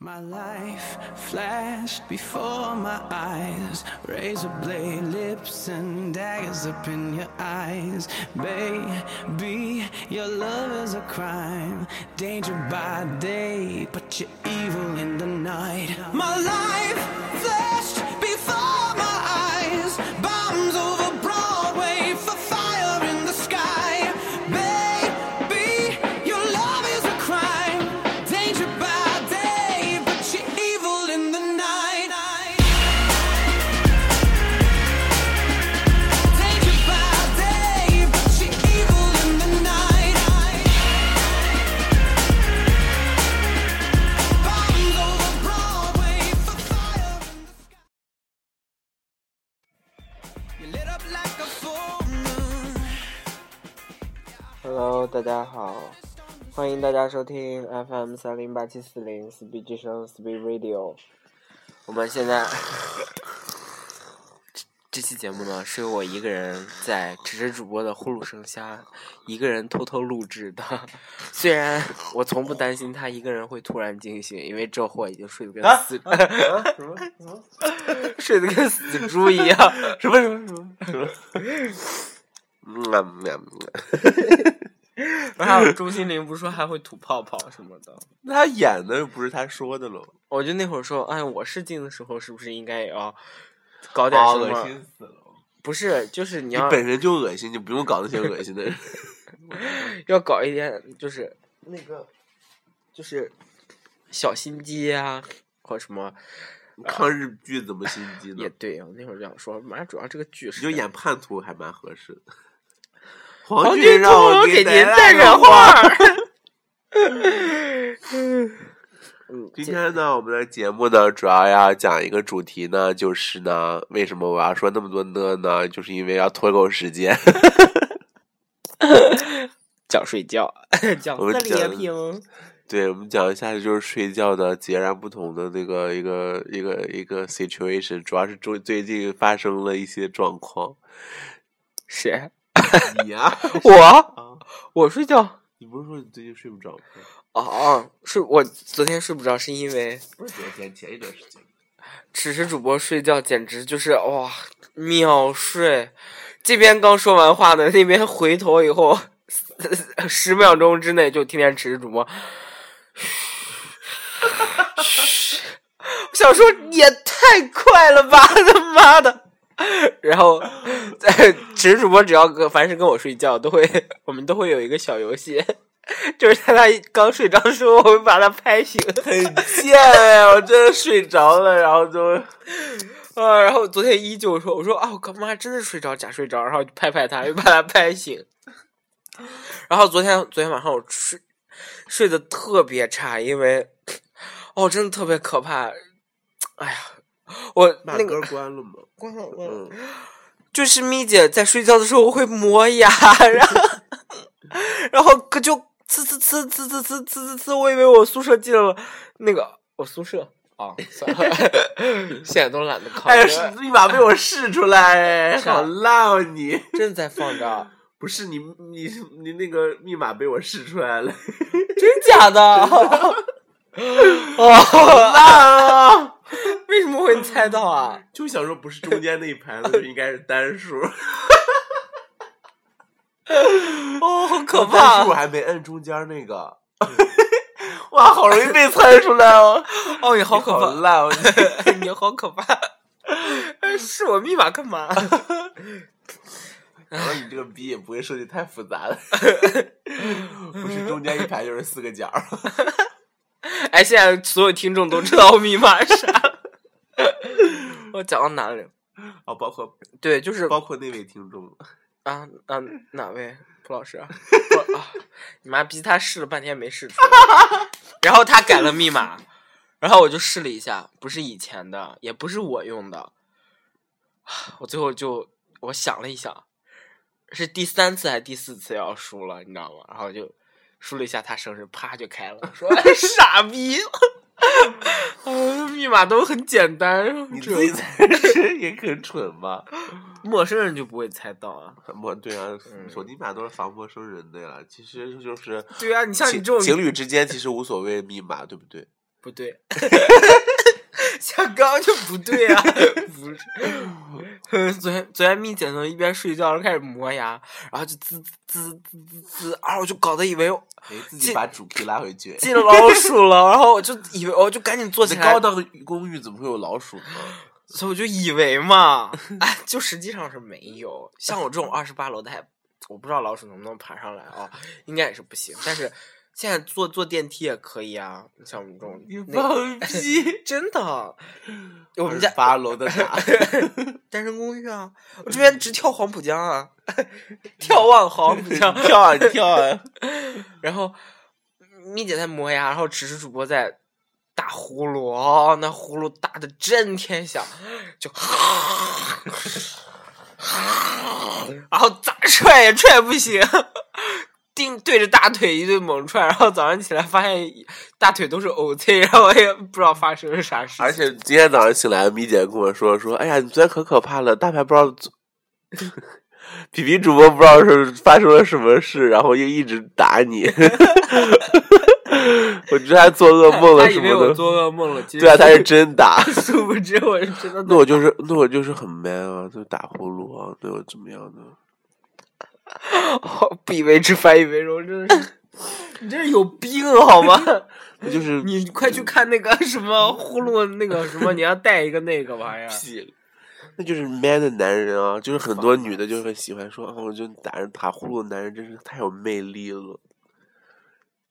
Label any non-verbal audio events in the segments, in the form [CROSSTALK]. My life flashed before my eyes. Razor blade lips and daggers up in your eyes. Baby, your love is a crime. Danger by day, but you're evil in the night. My life flashed before my eyes. Bombs over Broadway for fire in the sky. Baby, your love is a crime. Danger by day, but you're evil in the night. Danger by day, but you're evil in the night. Bombs over Broadway for fire in the sky. You lit up like a full moon. Hello，大家好，欢迎大家收听 FM 三零八七四零四 B 之声 Speed Radio。我们 [LAUGHS] 现在这期节目呢，是由我一个人在只是主播的呼噜声下，一个人偷偷录制的。虽然我从不担心他一个人会突然惊醒，因为这货已经睡得跟啊死、 [LAUGHS] 睡得跟死猪一样。啊什么什么什么 [LAUGHS] 什么？嗯啊还有朱心凌不是说还会吐泡泡什么的？ [LAUGHS] 他演的又不是他说的了，我就那会儿说，哎，我试镜的时候是不是应该也要搞点啊，什恶么？心死了！不是，就是你你要本身就恶心，你不用搞那些恶心的人。 [LAUGHS] 要搞一点，就是那个，就是小心机呀、或什么抗日剧怎么心机也呢？对。我那会儿这样说，反正主要这个剧你是就这演样叛徒还蛮合适 [LAUGHS] 的。黄俊俊让我我给您带带个话。 [LAUGHS] 话儿。嗯，这今天呢，我们的节目呢，主要要讲一个主题呢，就是呢，为什么我要说那么多呢呢？就是因为要拖够时间。讲睡觉，讲 [LAUGHS] 我们四讲连屏。对，我们讲一下就是睡觉的截然不同的那个一个一个一个 situation，主要是最最近发生了一些状况。谁？你呀、我，我睡觉。 [LAUGHS] 你不是说你最近睡不着吗？哦哦，是我昨天睡不着，是因为不是昨天，前一段时间。此时主播睡觉简直就是哇秒睡，这边刚说完话呢，那边回头以后十秒钟之内就听见此时主播， [LAUGHS] 我想说也太快了吧，他妈的！然后，在 [LAUGHS] 此时主播只要跟凡是跟我睡觉，都会我们都会有一个小游戏， [LAUGHS] 就是在他刚睡着的时候，我会把他拍醒。贱哎！我真的睡着了，然后就啊，然后昨天依旧说，我说啊，我干妈真是睡着假睡着，然后就拍拍他，又把他拍醒。然后昨天昨天晚上我睡睡得特别差，因为哦，真的特别可怕。哎呀，我把那个歌关了嘛。关了关嗯，就是咪姐在睡觉的时候会磨牙，然后然后可就呲呲呲呲呲呲呲呲呲，我以为我宿舍进了那个我宿舍啊， [LAUGHS] 算了，现在都懒得考虑哎了。呀，是立马被我试出来，哎， [LAUGHS] 是啊好烂哦你！真在放着，啊不是你你你那个密码被我试出来了， [LAUGHS] 真假的？哦，烂啊！ [LAUGHS] 为什么会猜到啊？就想说不是中间那一排的，就应该是单数。哦， [LAUGHS] 好可单怕数我！还没摁中间那个。哇，好容易被猜出来哦！ [LAUGHS] 哦，你好可好怕！烂哦你！ [LAUGHS] 你好可怕！ [LAUGHS] 哎是我密码干嘛？然后你这个逼也不会设计太复杂 [LAUGHS] 了，不是中间一排就是四个角儿。哎，现在所有听众都知道我密码是啥 [LAUGHS] 了。我讲到哪里？哦，包括对，就是包括那位听众，啊啊哪位蒲老师啊？蒲 [LAUGHS] 啊你妈逼，他试了半天没试出来，然后他改了密码，然后我就试了一下，不是以前的，也不是我用的，我最后就我想了一想，是第三次还是第四次要输了，你知道吗？然后就输了一下他生日，啪就开了，说 [LAUGHS] 傻逼。 [LAUGHS] 啊，密码都很简单，你这自己才是也很蠢吧？陌生人就不会猜到啊。我对啊，嗯手机密码都是防陌生人的呀。其实就是对啊，你像你情这种情侣之间其实无所谓密码，对不对？不对， [LAUGHS] 小刚就不对啊，不是。 [LAUGHS] 昨天昨天蜜姐呢一边睡觉一开始磨牙，然后就滋滋滋滋滋，然后我就搞得以为哎，自这己把主题拉回去。进老鼠了，然后我就以为我就赶紧坐起这来高，档公寓怎么会有老鼠呢？所以我就以为嘛，哎，就实际上是没有。像我这种二十八楼的还，我不知道老鼠能不能爬上来啊，应该也是不行。但是现在坐坐电梯也可以啊，像我们这种，你那个放屁！ [LAUGHS] 真的，我们家八楼的塔，单身公寓啊，我嗯这边直跳黄浦江啊， [LAUGHS] 眺望黄浦江。 [LAUGHS] 跳啊跳啊！然后蜜姐在磨牙，然后只是主播在打呼噜哦，那呼噜打的震天响，就，然后咋踹也踹不醒，定对着大腿一顿猛踹，然后早上起来发现大腿都是呕气，然后我也不知道发生了啥事情。而且今天早上醒来，米姐跟我说说，哎呀，你昨天可可怕了，大牌不知道做， [LAUGHS] 皮皮主播不知道是发生了什么事，然后又一直打你。 [LAUGHS] 我觉得他做噩梦他了以什为我么的。做噩梦了，其实对啊，他是真打。 [LAUGHS] [LAUGHS] 殊不知我是真的那我就是，那我就是很 man 啊，就打呼噜啊，对我怎么样呢？好不以为耻，反以为荣，真的是， [LAUGHS] 你这是有病好吗？ [LAUGHS] 那就是你快去看那个 [LAUGHS] 什么呼噜那个什么，你要带一个那个玩意儿。屁， [LAUGHS] 那就是 man 的男人啊，就是很多女的嗯就很喜欢说，啊，我就打着打呼噜的男人真是太有魅力了。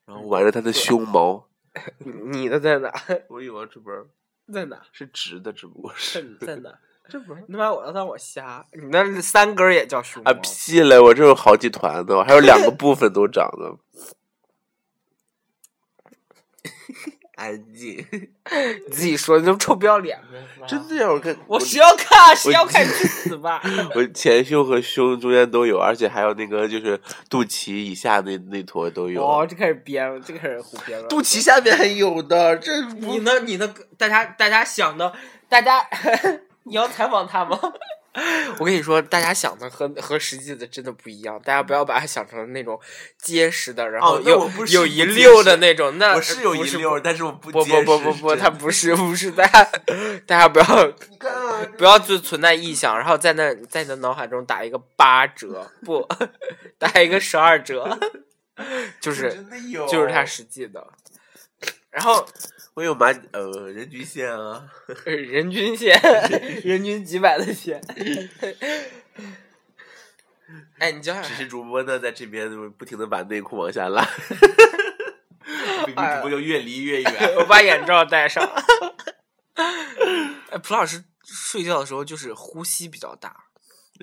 然后挽着他的胸毛，啊 [LAUGHS] 你的在哪？ [LAUGHS] 我有啊，这不是在哪？是直的，只不过在是在哪？ [LAUGHS] 这不是你把我当我瞎？你那三根儿也叫胸毛啊？屁嘞，我这有好几团的，还有两个部分都长 [LAUGHS] 的。安静，你自己说，你这么臭不要脸！ [LAUGHS] 真的呀！我看 [LAUGHS] 我谁要看谁要看你去死吧！ [LAUGHS] 我前胸和胸中间都有，而且还有那个就是肚脐以下那那坨都有。哦，这开始编了，这开始胡编了。脐下面还有的，这你呢？你呢？大家大家想的，大 [LAUGHS] 家你要采访他吗？ [LAUGHS] 我跟你说，大家想的和和实际的真的不一样，大家不要把它想成那种结实的，然后哦那有、我不是有不一结溜的实那种。那我是有不一溜儿，但是我不不结不实不不不，是他不是不是，大家大家不要啊不要就存在臆想，然后在那在你的脑海中打一个八折，不打一个十二折，就真是的哦有，啊就是他实际的。然后我有马呃人均线啊，呃人均 [LAUGHS] 线，人均几百的线。哎，你叫啥只？是主播呢在这边就是不停的把内裤往下 [LAUGHS] 拉，比比哎呀主播就越离越我远。把眼罩戴上。哎， [LAUGHS] 蒲老师睡觉的时候就是呼吸比较大，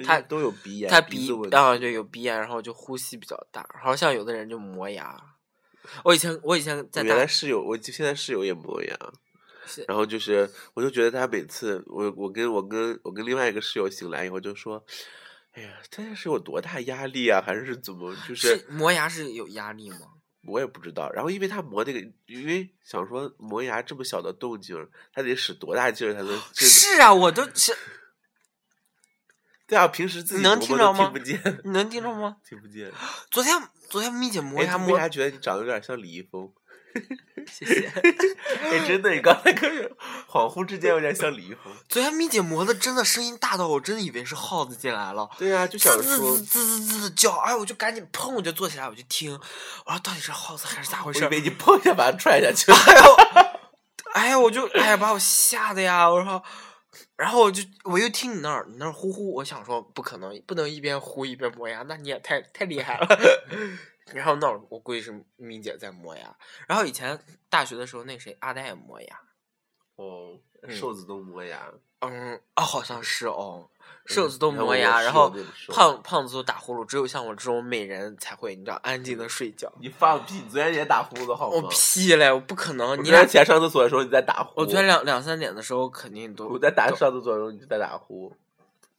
他都有鼻炎，他鼻鼻子问题啊对有鼻炎，然后就呼吸比较大，然后像有的人就磨牙。我以前我以前在我原大来室友，我就现在室友也磨牙是，然后就是，我就觉得他每次，我我跟我跟我跟另外一个室友醒来以后就说，哎呀，他是有多大压力啊，还是怎么？就是是磨牙是有压力吗？我也不知道。然后因为他磨那个，因为想说磨牙这么小的动静儿，他得使多大劲儿才 [LAUGHS] 能？这个是啊，我都是对啊，平时自己你能磨听磨都着吗听不见，你能听着吗？听不 [LAUGHS] 见。昨天昨天咪姐磨哎牙你磨为，啥觉得你长得有点像李易峰？谢 [LAUGHS] 谢。哎，真的，你刚才跟人恍惚之间有点像李易峰。昨天咪姐磨的真的声音大到我真的以为是耗子进来了，对啊，就想滋说 [LAUGHS] 滋滋，滋滋的叫，哎，我就赶紧砰，我就坐起来，我就听，我说到底是耗子还是咋我回以事？ [LAUGHS] 为你砰一下把他踹下去了。哎呦，哎呀，我就哎呀把我吓的呀，我说，然后我就我又听你那儿，你那儿呼呼，我想说不可能，不能一边呼一边磨牙，那你也太太厉害了。 [LAUGHS] 然后那儿我估计是咪姐在磨牙，然后以前大学的时候那谁阿呆也磨牙，哦，瘦子都磨牙，嗯啊好像是哦，瘦嗯子都你看磨我牙，然室友后那个瘦子胖胖子都打呼噜，只有像我这种美人才会你知道安静嗯的睡觉。你放屁！你昨天也打呼噜好我吗？屁嘞，我不可能，嗯我你昨天俩起来上厕所的时候你在打呼，我昨天两两三点的时候肯定都我在打上厕所的时候你就在打呼，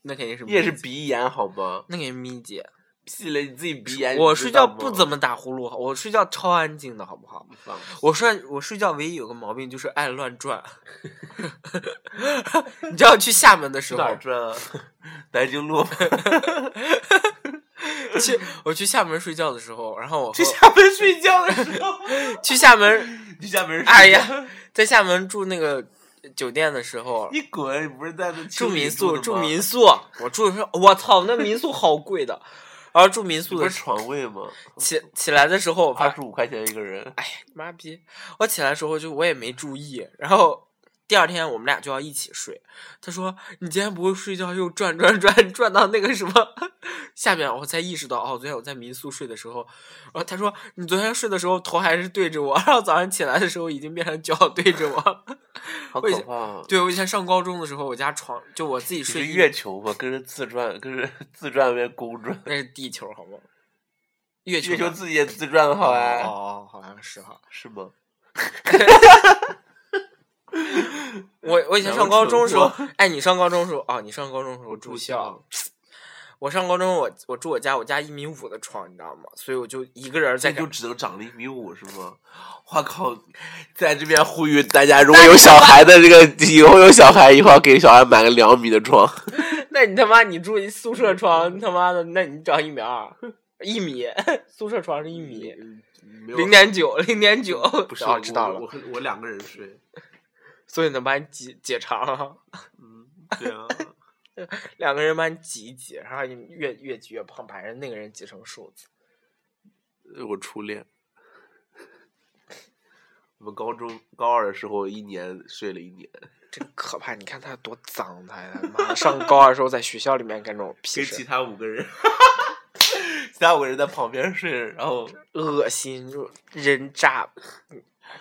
那肯定是你也咪是姐鼻炎好吗？那个咪姐，屁嘞，你自己鼻炎。我睡觉不怎么么打呼噜，我睡觉超安静的，好不好？放。我睡我睡觉唯一有个毛病就是爱乱 [LAUGHS] 转，你 [LAUGHS] 知道去厦门的时去候 [LAUGHS] 哪，儿转啊？南京路吗？去我去厦门睡觉的时候，然后我去和厦门睡觉的时 [LAUGHS] 候，去厦门，去厦门睡觉哎呀，在厦门住那个酒店的时候，你滚！你不是在那住青旅民宿，的住吗民宿，我住的时候，我操，那民宿好贵的。然后住民你宿不的是啊时床 [LAUGHS] 位吗？起起来的时候，我发二十五块钱一个人，哎呀，妈逼！我起来的时候就我也没注意，然后第二天我们俩就要一起睡。他说：“你今天不会睡觉，又转转转转到那个什么下面。”我才意识到，哦，昨天我在民宿睡的时候，然后他说：“你昨天睡的时候头还是对着我，然后早上起来的时候已经变成脚对着我了。好我以可前怕啊”！对，我以前上高中的时候，我家床就我自己你是睡一月球吗？跟着自转，跟着自转变公转，那是地球，好吗？月球月球呢自己也自转的好哎、哦哦，好像是哈。是吗？我我以前然上后高蠢中时货候，哎，你上高中时候哦，你上高中时候住校， [SNIFFS] 我上高中我我住我家，我家一米五的床，你知道吗？所以我就一个人在这改就只能长了一米五是吗？我靠，在这边呼吁大家，如果有小孩的这个，以后有小孩以后要给小孩买个两米的床，那你他妈你住一宿舍床，你他妈的，那你长一米二，一米， [LAUGHS] 宿舍床是一米嗯没有零点九，零点九，不是，啊早知道了，我和我两个人睡，所以能把你挤解长了，[LAUGHS] 对啊，两个人把你挤一挤，然后你越越挤越胖，把人那个人挤成瘦子。我初恋。我们高中高二的时候，一年睡了一年，这个可怕！你看他多脏，他他妈上高二的时候在学校里面干这种屁跟事其，他五个人， [LAUGHS] 其他五个人在旁边睡，然后恶心，就人渣，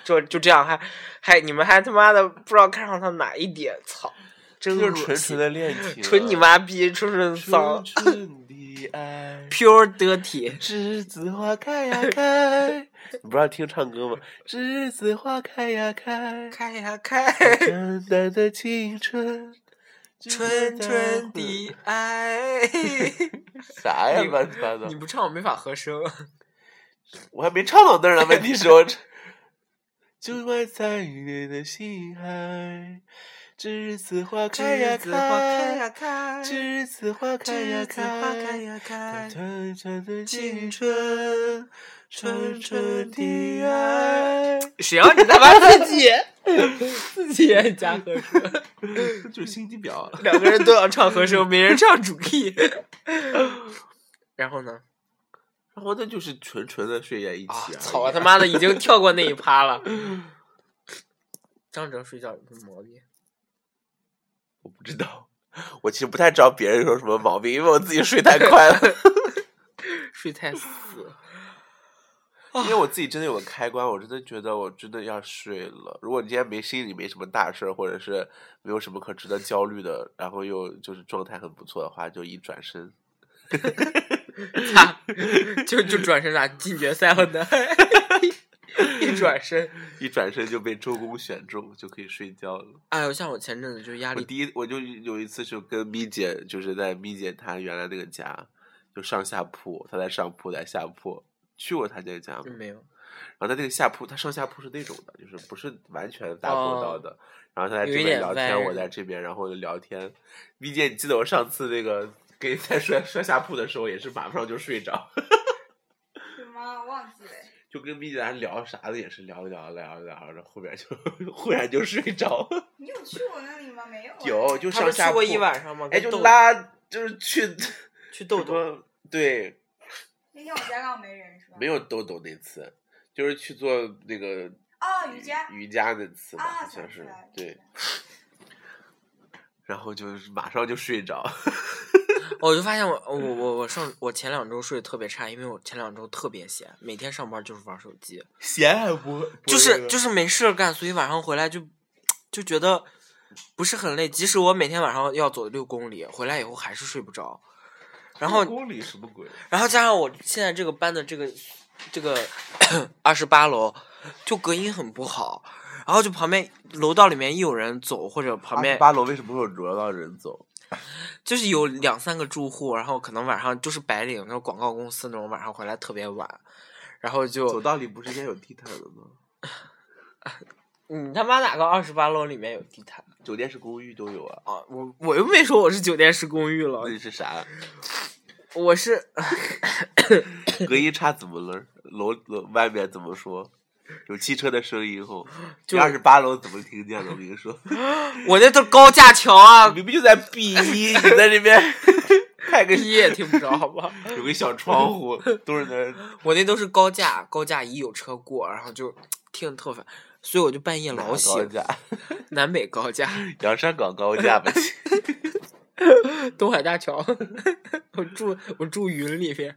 就就这样还还你们还他妈的不知道看上他哪一点，操，真就是纯恶纯心，的恋情啊，纯你妈逼，纯纯纯脏纯的爱。 ，pure dirty，栀子花开呀开，你不让听唱歌吗？栀子花开呀开，开呀开，淡淡的青春，纯纯的爱。啥呀你乱七八糟你！不唱我没法合声，我还没唱到那儿呢，问题是我这就埋在你的心海，栀子花开呀栀子花开开，呀开，栀子花开呀栀子花开开，呀开，淡淡的青青春，纯纯的爱爱。谁让你他妈自己 [LAUGHS] 自己也加合声？ [LAUGHS] 就是心机婊。 [LAUGHS] 两个人都要唱和声，没人唱主 key。然后呢？然后那就是纯纯的睡在一起、啊而已！操！我他妈的已经跳过那一趴了。张哲睡觉有什么毛病？我不知道，我其实不太知道别人有什么毛病，因为我自己睡太快了，睡太死。 [LAUGHS] 因为我自己真的有个开关，我真的觉得我真的要睡了。如果你今天没心里没什么大事儿，或者是没有什么可值得焦虑的，然后又就是状态很不错的话，就一转身，啊 [LAUGHS] 就就转身咋进决赛了呢？一转身，一转身就被周公选中，就可以睡觉了。哎呦，像我前阵子就压我力第一我就有一次是跟咪姐，就是在咪姐她原来那个家，就上下铺，她在上铺，在下铺。去过她这个家吗？没有，然后他那个下铺，他上下铺是那种的，就是不是完全搭过道的。然后他在这哦有一点边聊歪天，我是在这边，然后就聊天。咪姐，你记得我上次那个给你在摔摔下铺的时候，也是马上就睡着， [LAUGHS] 什么忘记了？就跟咪姐咱聊啥的，也是聊着聊着聊着聊着，后边就 [LAUGHS] 忽然就睡着。哦你有去我那里吗？没有啊。有就他上们去下铺过，一晚上吗？哎，跟就豆拉就是去去豆豆，豆，对，那天我家刚好没人是吧？没有豆豆那次，就是去做那个哦，瑜伽。瑜伽那次吧，啊，嗯好像想起是来了对。。然后就是马上就睡着。 [LAUGHS] 哦我就发现我我我我上我前两周睡得特别差，因为我前两周特别闲，每天上班就是玩手机，闲还不就是就是没事儿干，所以晚上回来就就觉得不是很累。即使我每天晚上要走六公里，回来以后还是睡不着。然 [LAUGHS] 后公里什么鬼？然后加上我现在这个班的这个这个 [CLEARS THROAT] 二十八楼，就隔音很不好，然后就旁边楼道里面一有人走或者旁边八楼为什么会有挪到人走？就是有两三个住户，然后可能晚上就是白领那种广告公司那种晚上回来特别晚，然后走就道里不是应该有地毯的吗？你他妈哪个二十八楼里面有地毯酒店式公寓都有啊。啊？我我又没说我是酒店式公寓了那，你是啥？我是隔音差怎么了？楼楼外面怎么说？有汽车的声音 [LAUGHS] 后，就二十八楼怎么听见了？我跟你 [LAUGHS] 说，我那都高架桥啊，明明就在 B 一， [LAUGHS] 你在这 [LAUGHS] 边开个逼也听不着，好吧？有个小窗户，都是那我那都是高架，高架一有车过，然后就听着特烦，所以我就半夜老高醒。架，南北高架，洋山港高架吧。东海大桥， [LAUGHS] 我住我住云里 [LAUGHS] 边。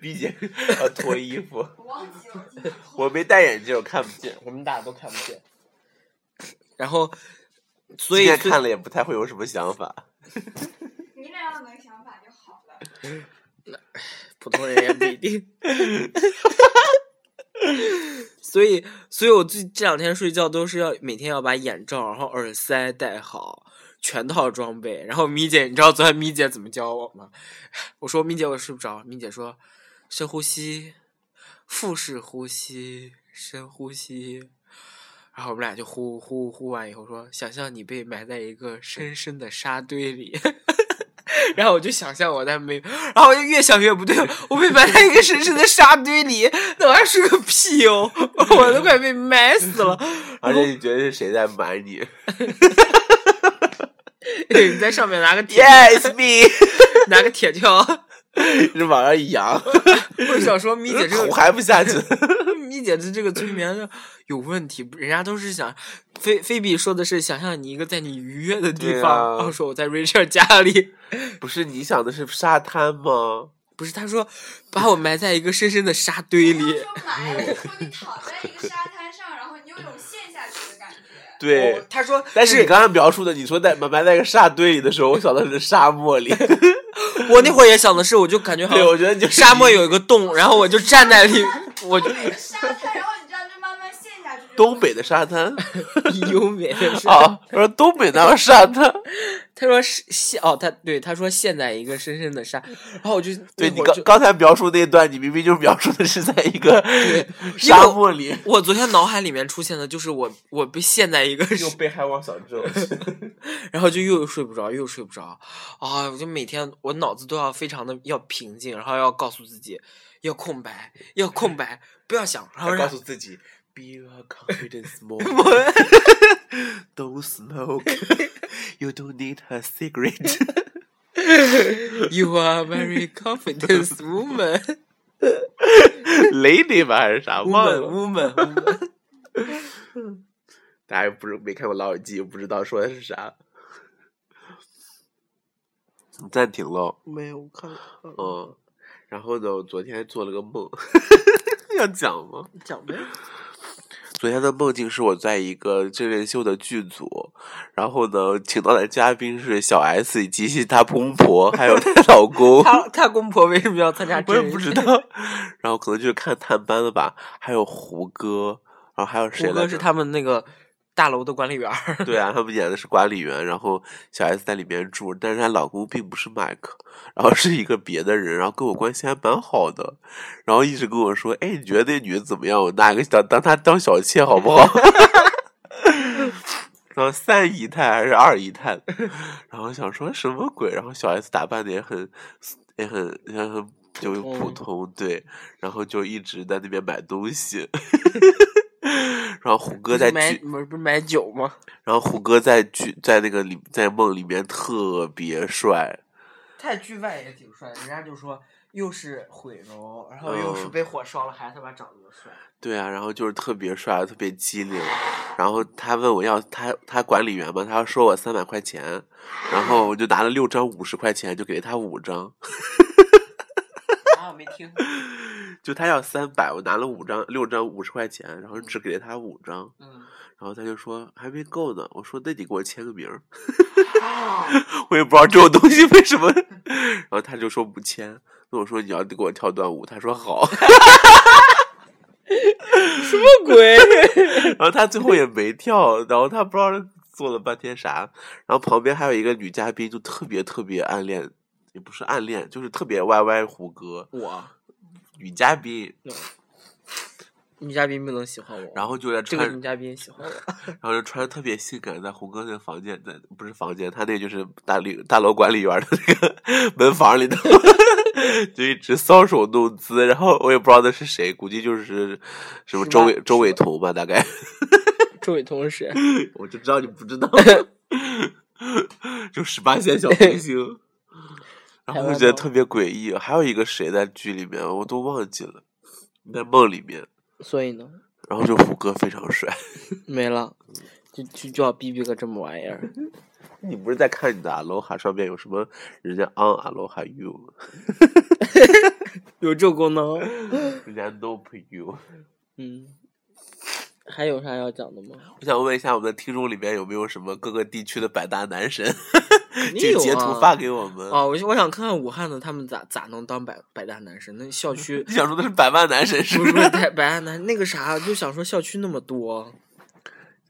毕姐要脱衣服，我忘记了，今天我没戴眼镜，我看不见。我们大家都看不见。 [LAUGHS] 然后，所今以天所以看了也不太会有什么想法。你俩要能想法就好了。普通人也不一定。 [LAUGHS] 所以，所以我最这两天睡觉都是要每天要把眼罩，然后耳塞戴好，全套装备。然后米姐，你知道昨天米姐怎么教我吗？ [LAUGHS] 我说米姐，我睡不着。米姐说，深呼吸，腹式呼吸，深呼吸。然后我们俩就呼呼呼完以后说，想象你被埋在一个深深的沙堆里。然后我就想象我在没，然后我就越想越不对，我被埋在一个深深的沙堆里，那玩意儿是个屁哦，我都快被埋死 [LAUGHS] 了。而且你觉得是谁在瞒你你在上面拿个铁？Yes, [LAUGHS] me，拿个铁锹，是往上一扬，我想说咪姐这我个还不下去。 [LAUGHS] 咪姐的这个催眠有问题，人家都是想菲菲比说的是想象你一个在你愉悦的地对方，啊然后说我在 Richard 家里，不是你想的是沙滩吗？不是他说把我埋在一个深深的沙堆不里是，说埋了，说嗯你躺在一个沙滩上，然后你有种陷下去的感觉。对哦，他说但是你刚刚描述的，你说在埋埋在一个沙堆里的时候，我想到的是沙漠 [LAUGHS] 里。我那会儿也想的是，我就感觉好对，我像觉得 [LAUGHS] 就是沙漠有一个洞，然后我就站在里， [LAUGHS] 我就有一个沙滩，然后你这样就慢慢陷下去。东北的沙滩 [LAUGHS] 优美的是。啊，我说东北哪有沙滩？他说是陷哦，他对他说陷在一个深深的沙，然后我就那对你会儿刚就刚才描述那段，你明明就描述的是在一个 [LAUGHS] 因为沙我漠 [LAUGHS] 里。我昨天脑海里面出现的就是我我被陷在一个，被害妄想 [LAUGHS] 症，然后就又睡不着，又睡不着，啊，我就每天我脑子都要非常的要平静，然后要告诉自己要空白，要空白，不要想，然后让自己，Be a confident [LAUGHS] smoker, don't [LAUGHS] smoke, you don't need a [LAUGHS] cigarette 。 You are very confident woman [LAUGHS] Lady 吧还是啥？忘 woman 了。 woman [LAUGHS] woman。大家又不是没看过《老友记》，又不知道说的是啥。你暂停喽。没有看，嗯，然后呢，我昨天做了个梦， [LAUGHS] 要讲吗？讲呗。昨天的梦境是我在一个真人秀的剧组，然后呢，请到的嘉宾是小 S 以及她公婆，还有她老公，她她公婆为什么要参加我真也人秀？不知道。 [LAUGHS] 然后可能就是看探班了吧，还有胡歌，然后还有谁胡来歌着是？他们那个大楼的管理员儿。对啊，他们演的是管理员，然后小 S 在里面住，但是她老公并不是麦克，然后是一个别的人，然后跟我关系还蛮好的，然后一直跟我说：“哎，你觉得那女的怎么样？我拿个当当她当小妾好不好？” [LAUGHS] 然后三姨太还是二姨太，然后想说什么鬼？然后小 S 打扮的也很也很也很就普通通，对，然后就一直在那边买东西。 [LAUGHS] 然后胡歌在买剧不是不是买酒吗？然后胡歌在剧在那个里在梦里面特别帅， [LAUGHS] 太剧外也挺帅，人家就说又是毁容，然后又是嗯被火烧了，还他妈长那么 [LAUGHS] 帅。对啊，然后就是特别帅，特别机灵。然后他问我要他他管理员嘛，他要收我三百块钱，然后我就拿了六张五十块钱，就给了他五张，啊，我没听。就他要三百，我拿了五张六张五十块钱，然后只给了他五张，嗯，然后他就说还没够呢，我说那你给我签个名儿， [LAUGHS] 我也不知道这种东西为什么， [LAUGHS] 然后他就说不签，那我说你要给我跳段舞，他说好。不鬼。 [LAUGHS] 然后他最后也没跳，然后他不知道做了半天啥，然后旁边还有一个女嘉宾就特别特别暗恋，也不是暗恋，就是特别歪歪胡歌我女嘉宾，女嘉宾不能喜欢我，然后就在这个穿，女嘉宾喜欢 [LAUGHS] 我，然后就穿的特别性感，在胡歌那个房间，在不是房间，他那就是大理大楼管理员的那个门房里头， [LAUGHS] 就一直搔首弄姿。然后我也不知道那是谁，估计就是什么是周吧伟周伟彤吧，大概周伟彤是谁？我就知道你不知道， [LAUGHS] 就十八线小明星。 [LAUGHS] 然后我就觉得特别诡异，还有一个谁在剧里面我都忘记了，在梦里面，所以呢，然后就胡歌非常帅。没了，就就就要逼逼个这么玩意儿。 [LAUGHS] 你不是在看你的 Aloha 上面有什么人家 on Aloha you，吗 [LAUGHS] 有这功能？人家 nope you？嗯，还有啥要讲的吗？ [LAUGHS] [LAUGHS] 我想问一下我们的听众里面有没有什么各个地区的百大男神，肯定请有截图啊发给我们。哦，我我想看看武汉的他们咋咋能当百百大男神？那 [LAUGHS] 校区你想说的是百万男神是不不是是不？是百百大男那个啥，就想说校区那么多，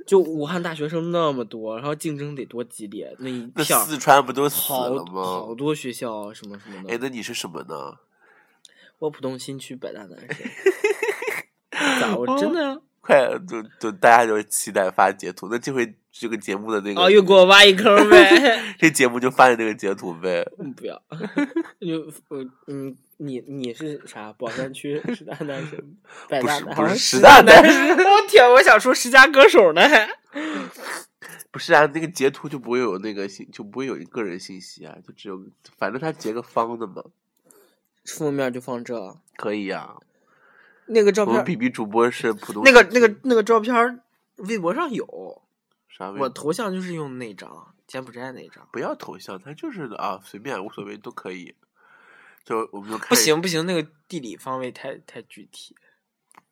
就武汉大学生那么多，然后竞争得多激烈，那一那片儿四川不都死好了吗好？多学校啊什么什么哎的。，那你是什么呢？我浦东新区百大男 [LAUGHS] 神，咋我真哦的啊？快，就就大家就期待发截图。那这回这个节目的那个，哦，又给我挖一坑 [LAUGHS] 呗！这节目就发你那个截图呗。嗯不要， [LAUGHS] 就我嗯，你你是啥？宝山 [LAUGHS] 区十大男神，百不大是男不是神十大男神。 [LAUGHS] 我天，我想说十佳歌手呢，还不是啊，那个截图就不会有那个信，就不会有个人信息啊，就只有反正他截个方的嘛，封面就放这，可以啊。那个照我片们儿， B B 主播是普通那个信那息个那个照片儿，微博上有，啥微我头像就是用那张柬埔寨那张。不要头像，他就是的啊，随便无所谓都可以。就我们就看不，行不行，那个地理方位太太具体，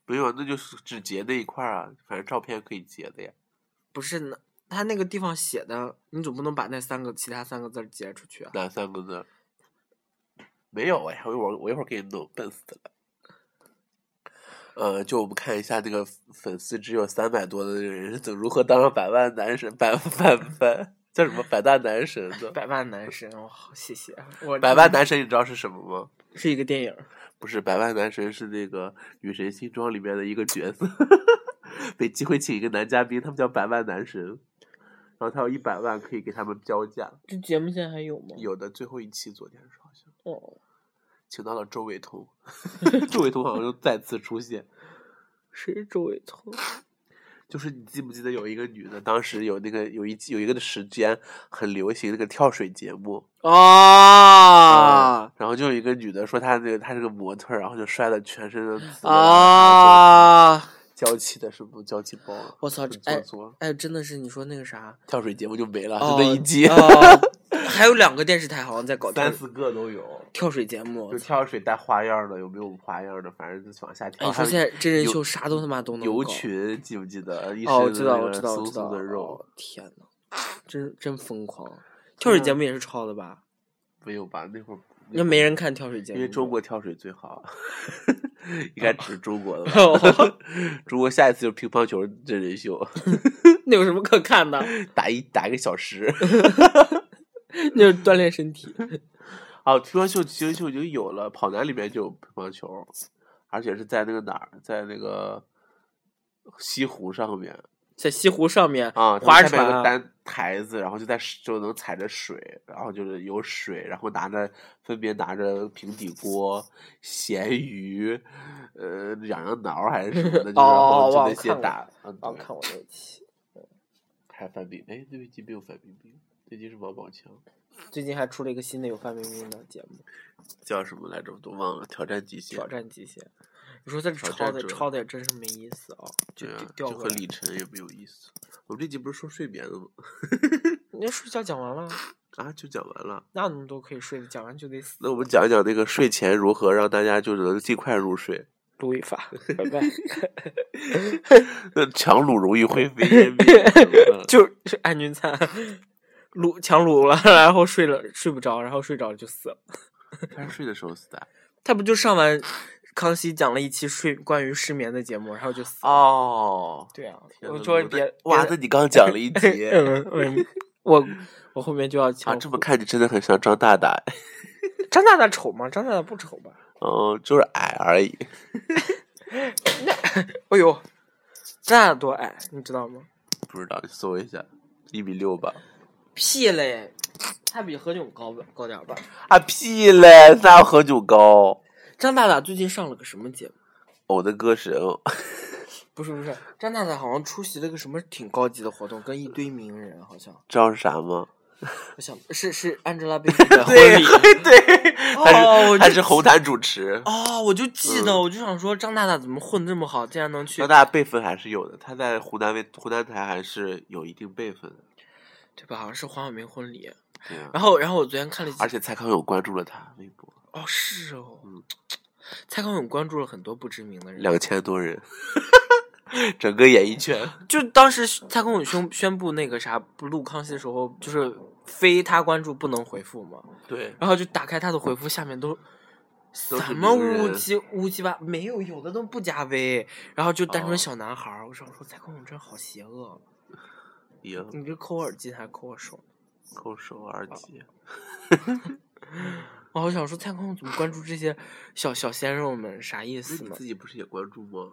没有，那就是只截那一块儿啊，反正照片可以截的呀。不是那他那个地方写的，你总不能把那三个其他三个字儿截出去啊？哪三个字？没有哎，我一会儿我一会儿给你弄，笨死了。呃，就我们看一下这个粉丝只有三百多的这个人是怎如何当上百万男神，百百百叫什么百大男神的？百万男神，我好谢谢我百万男神你知道是什么吗？是一个电影儿，不是，百万男神是那个《女神新装》里面的一个角色，每期会请一个男嘉宾，他们叫百万男神，然后他有一百万可以给他们标价，这节目现在还有吗？有的最后一期昨天是好像哦，请到了周 [LAUGHS] 伟彤，周伟彤好像又再次出现，谁是周伟彤？ [LAUGHS] 就是你记不记得有一个女的，当时有那个有一季有一个的时间很流行那个跳水节目，啊然后就有一个女的说她那个她是个模特儿，然后就摔的全身的哎紫啊，啊！娇气的是不娇气包了，我操很，做哎作。哎，真的是你说那个啥，跳水节目就没了，哦啊就那一季， [LAUGHS] 哦还有两个电视台好像在搞跳三四个都有，跳水节目有。跳水带花样的，有没有花样的，反正就是往下哎，跳。你还说现有在真人有秀啥都他妈都能牛搞群记不记得？一哦，我身知的道，那我个知道，我松知道。松的肉哦，天呐，真真疯狂！跳水节目也是抄的吧？没嗯有吧？那会儿那没人看跳水节目因的，为中国跳水最好，应该只是中国的 [LAUGHS] 吧 [LAUGHS] 哦。中国下一次就是乒乓球真人秀， [LAUGHS] 那有什么可看的？打一打一个小时。那是锻炼身体。哦，乒乓球乒乓球已经有了，跑男里面就有乒乓球，而且是在那个哪儿，在那个西湖上面。在西湖上面啊，划下面有个船，单台子，然后就在水就能踩着水，然后就是有水，然后拿着分别拿着平底锅、咸鱼，呃，痒痒挠还是什 [LAUGHS] 么的，就是哦然后哦哦就那我看些过打，嗯哦，对看我那期，还范冰，哎，那期没有范冰冰，那期是王宝强，最近还出了一个新的有范冰冰的节目《叫什么来着？我都忘了，挑战极限挑，战极限》，你说这挑抄战的者抄的也真是没意思啊、就对啊，掉就过和来。李晨也没有意思。我们这集不是说睡眠的吗？那睡觉讲完了，啊，就讲完了。那你们都可以睡的，讲完就得死。那我们讲一讲那个睡前如何让大家就是能尽快入睡。撸一发， [LAUGHS] 拜拜。那强弩容易灰飞烟 [LAUGHS] 灭，怎么办就是安钧璨，撸强撸了，然后睡了睡不着，然后睡着了就死了。他是睡的时候死的。他不就上完康熙讲了一期睡关于失眠的节目，然后就死了。哦，对啊，天我呐说那别哇，那别你刚讲了一集 [LAUGHS] 嗯 [LAUGHS] 嗯，我我后面就要啊，讲这么看你真的很像张大大，张大大丑吗？张大大不丑吧？嗯，就是矮而已。哎呦，那多矮，你知道吗？不知道，你搜一下，一米六吧。屁嘞，他比何炅高吧高点儿吧？啊屁嘞，那何炅高。张大大最近上了个什么节目？我的歌神，不是不是，张大大好像出席了个什么挺高级的活动，跟一堆名人好像，知道是啥吗？我想是是 Angelababy [LAUGHS] 的婚对礼。对，他哦我是他就是红毯主持，哦，我就记得，我就想说张大大怎么混这么好，竟然能去那，大家辈分还是有的。他在湖南卫湖南台还是有一定辈分的。对吧？好像是黄晓明婚礼。对啊，然后，然后我昨天看了一集，而且蔡康永关注了他微博，哦是哦嗯，蔡康永关注了很多不知名的人，两千多人， [LAUGHS] 整个演艺圈。就当时蔡康永宣宣布那个啥不录康熙的时候，就是非他关注不能回复嘛， [LAUGHS] 对，然后就打开他的回复，下面都都是什么名乌人七乌七八，没有有的都不加微，然后就单哦纯小男孩儿。我想说蔡康永真好邪恶，赢嗯你这抠耳机还是抠我手？抠手耳机，哦，我想说蔡康永怎么关注这些小小鲜肉们，啥意那思你呢自？己不是也关注吗？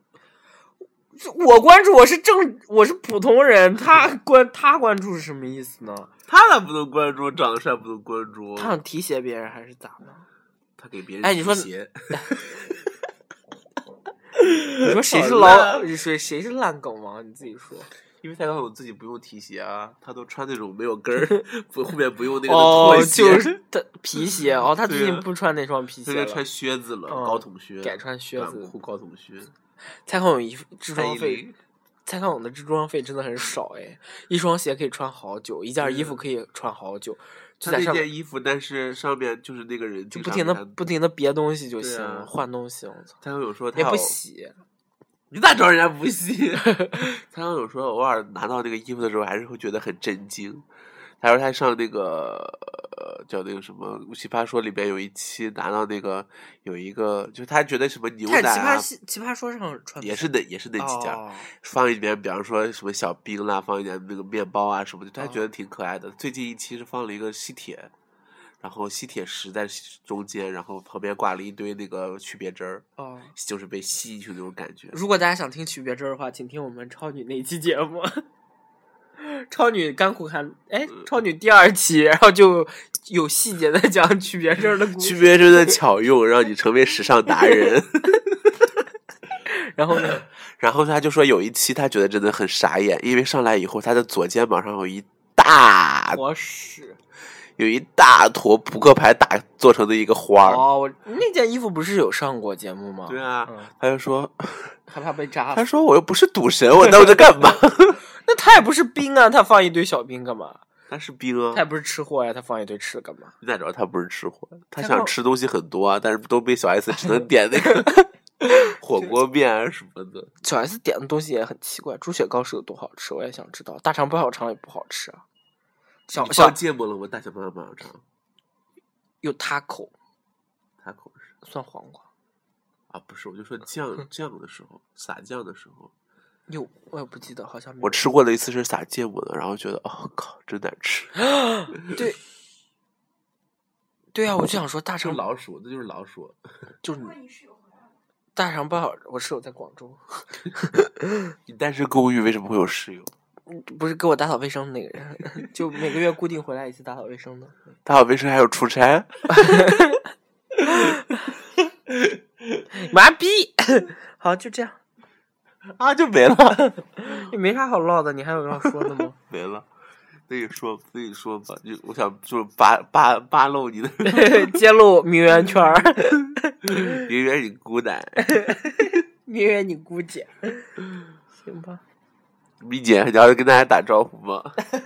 这我关注我是正我是普通人，他 [LAUGHS] 关他关注是什么意思呢？他咋不能关注？长得帅不能关注？他想提携别人还是咋的？他给别人哎你说提鞋你说谁是好老烂谁谁是烂梗王？你自己说。因为蔡康永自己不用提鞋啊，他都穿那种没有跟 [LAUGHS] 儿，不后面不用那个哦拖，鞋，就是他皮鞋哦，他最对近啊不穿那双皮他鞋就了。穿靴子了，嗯高筒哦靴，改穿靴子短裤高筒靴。蔡康永一置蔡装依费林，蔡康永的置装费真的很少哎，一双鞋可以穿好久，一件衣服可以穿好久，就他在那上件衣服，但是上面就是那个人就经不常停的给他不停的别东西就对行了，啊换东西，我操，蔡康永说他也不有洗，你咋知道人家不信？ [LAUGHS] 他有时候偶尔拿到那个衣服的时候，还是会觉得很震惊。他说他上那个、呃、叫那个什么《奇葩说》里边有一期拿到那个有一个，就是他觉得什么牛但奶奇葩啊，系奇葩说上穿也是那也是那几家、哦放一点，比方说什么小冰啦，放一点那个面包啊什么的，他哦觉得挺可爱的。最近一期是放了一个吸铁，然后吸铁石在中间，然后旁边挂了一堆那个曲别针儿，哦。就是被吸进去那种感觉。如果大家想听区别针儿的话，请听我们超女那一期节目。 [LAUGHS] 超女干苦寒，哎，嗯超女第二期，然后就有细节的讲区别针儿的故 [LAUGHS] 区事。别真的巧用，让你成为时尚达 [LAUGHS] 人。然后呢，然后他就说有一期他觉得真的很傻眼，因为上来以后他的左肩膀上有一 [LAUGHS] 大我屎。有一大坨扑克牌打做成的一个花儿。哦，我那件衣服不是有上过节目吗？对，啊，嗯 [LAUGHS] 他就说，害怕被扎他。说我又不是赌神， [LAUGHS] 我闹着干 [LAUGHS] 嘛？那他也不是兵啊，他放一堆小兵干嘛？他是兵啊他也，不是吃货呀、他放一堆吃的干嘛？你咋知道他不是吃货？他他想告吃东西很多啊，但是都被小 S 只能点那个火锅面啊什么的。小 S 点的东西也很奇怪，猪血糕是有多好吃，我也想知道。大肠包小肠也不好吃啊。小你小放芥末了吗？大小妈妈尝，有塔口他口是。酸黄瓜，啊，不是，我就说酱酱的时候，撒酱的时候，有我也不记得，好像没有我吃过的一次是撒芥末的，然后觉得哦靠，真难吃，对。对啊，我就想说大就肠是老鼠，那就是老鼠。就是如果你是有回来大肠包小，我室友在广州，你单身公寓为什么会有室友？嗯不是给我打扫卫生的那个人， [LAUGHS] 就每个月固定回来一次打扫卫生的。打扫卫生还有出差，麻痹。 [LAUGHS] 好，就这样，啊就没了，也没啥好唠的，你还有要说的吗？ [LAUGHS] 没了。那你说，那你说吧，就我想就是扒扒扒露你的揭露名媛圈儿，名媛，你姑奶，名媛你姑姐， [LAUGHS] 行吧？米姐，你要跟大家打招呼吗？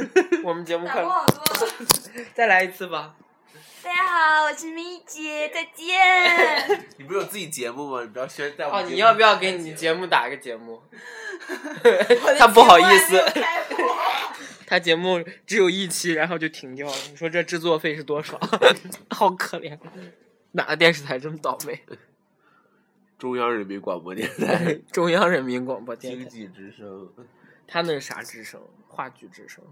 [LAUGHS] 我们嗯节目打快过好多了。再来一次吧。大家好，我是米姐，再见。你不是有自己节目吗？你不要宣传哦，你要不要给你节目打个节目？ [LAUGHS] 他 [LAUGHS] 不好意思， [LAUGHS] 他节目只有一期，然后就停掉了。你说这制作费是多少？ [LAUGHS] 好可怜，哪个电视台这么倒霉？中央人民广播电台中央人民广播电经台，济之声？他那是啥之声？话剧之声。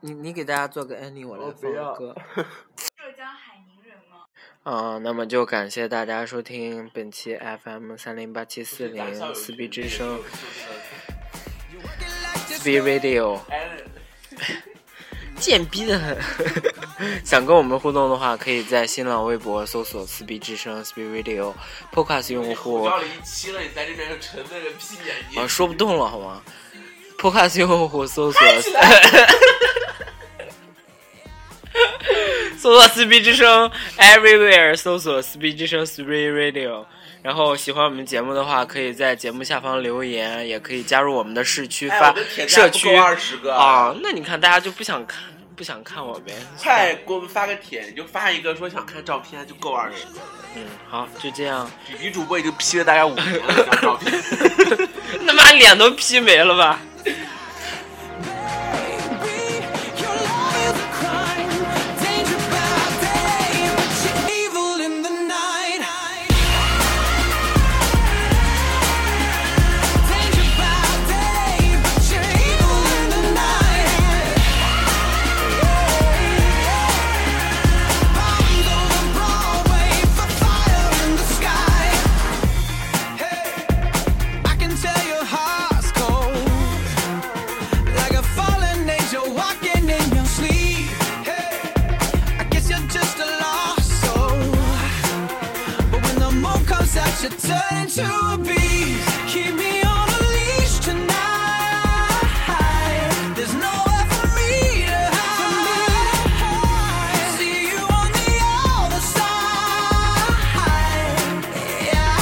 你你给大家做个 ending，我来哦我不放个要歌。浙江海宁人吗？啊、那么就感谢大家收听本期 FM 三零八七四零四 B 之声四 B Radio，贱逼的很。 [LAUGHS] 想跟我们互动的话，可以在新浪微博搜索四 B 之声四 B Radio Podcast 用户。到了一期了，你在这边又沉那个屁眼啊，音，说不动了好吗？Podcast 用户搜索， [LAUGHS] 搜索撕逼之声 everywhere，搜索撕逼之声 Three Radio。然后喜欢我们节目的话，可以在节目下方留言，也可以加入我们的市区哎，发、我们铁社蛋不区够二十个，啊。那你看，大家就不想看，不想看我呗。快给我们发个帖，你就发一个说想看照片就够二十个。嗯，好，就这样。女主播已经 P 了大概五年了，这张照片。他妈脸都 P 没了吧？ Your love is a crime, danger by day, but you're evil in the night. Danger by day, but you're evil in the night. Bombs over Broadway for fire in the sky. Hey, I can tell your heart's cold like a fallen angel walking in your sleep. Hey, I guess you're just a lost soul. But when the moon comes out, you turn into a beast. Keep me on a leash tonight. There's nowhere for me to hide. See you on the other side. Yeah.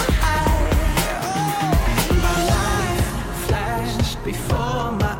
My life flashed before my Oh,